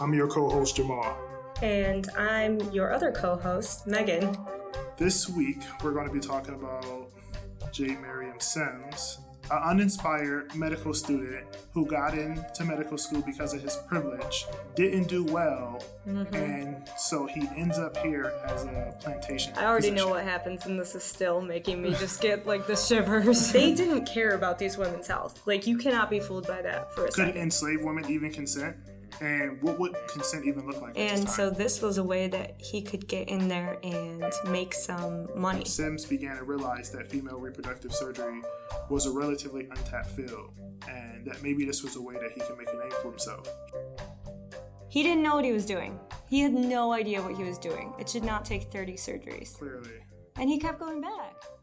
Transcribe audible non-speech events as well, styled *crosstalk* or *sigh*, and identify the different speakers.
Speaker 1: I'm your co host, Jamal.
Speaker 2: And I'm your other co host, Megan.
Speaker 1: This week, we're going to be talking about J. Marion Sims, an uninspired medical student who got into medical school because of his privilege, didn't do well,
Speaker 3: Mm-hmm.
Speaker 1: and so he ends up here as a plantation.
Speaker 3: I already know
Speaker 1: physician.
Speaker 3: what happens, and this is still making me just get like the
Speaker 2: *laughs*
Speaker 3: shivers.
Speaker 2: They didn't care about these women's health. Like, you cannot be fooled by that for a
Speaker 1: Could
Speaker 2: second.
Speaker 1: enslaved women even consent? And what would consent even look like? at this
Speaker 3: and
Speaker 1: time?
Speaker 3: so this was a way that he could get in there and make some money.
Speaker 1: Sims began to realize that female reproductive surgery was a relatively untapped field, and that maybe this was a way that he could make a name for himself.
Speaker 3: He didn't know what he was doing. He had no idea what he was doing. It should not take 30 surgeries.
Speaker 1: Clearly,
Speaker 3: And he kept going back.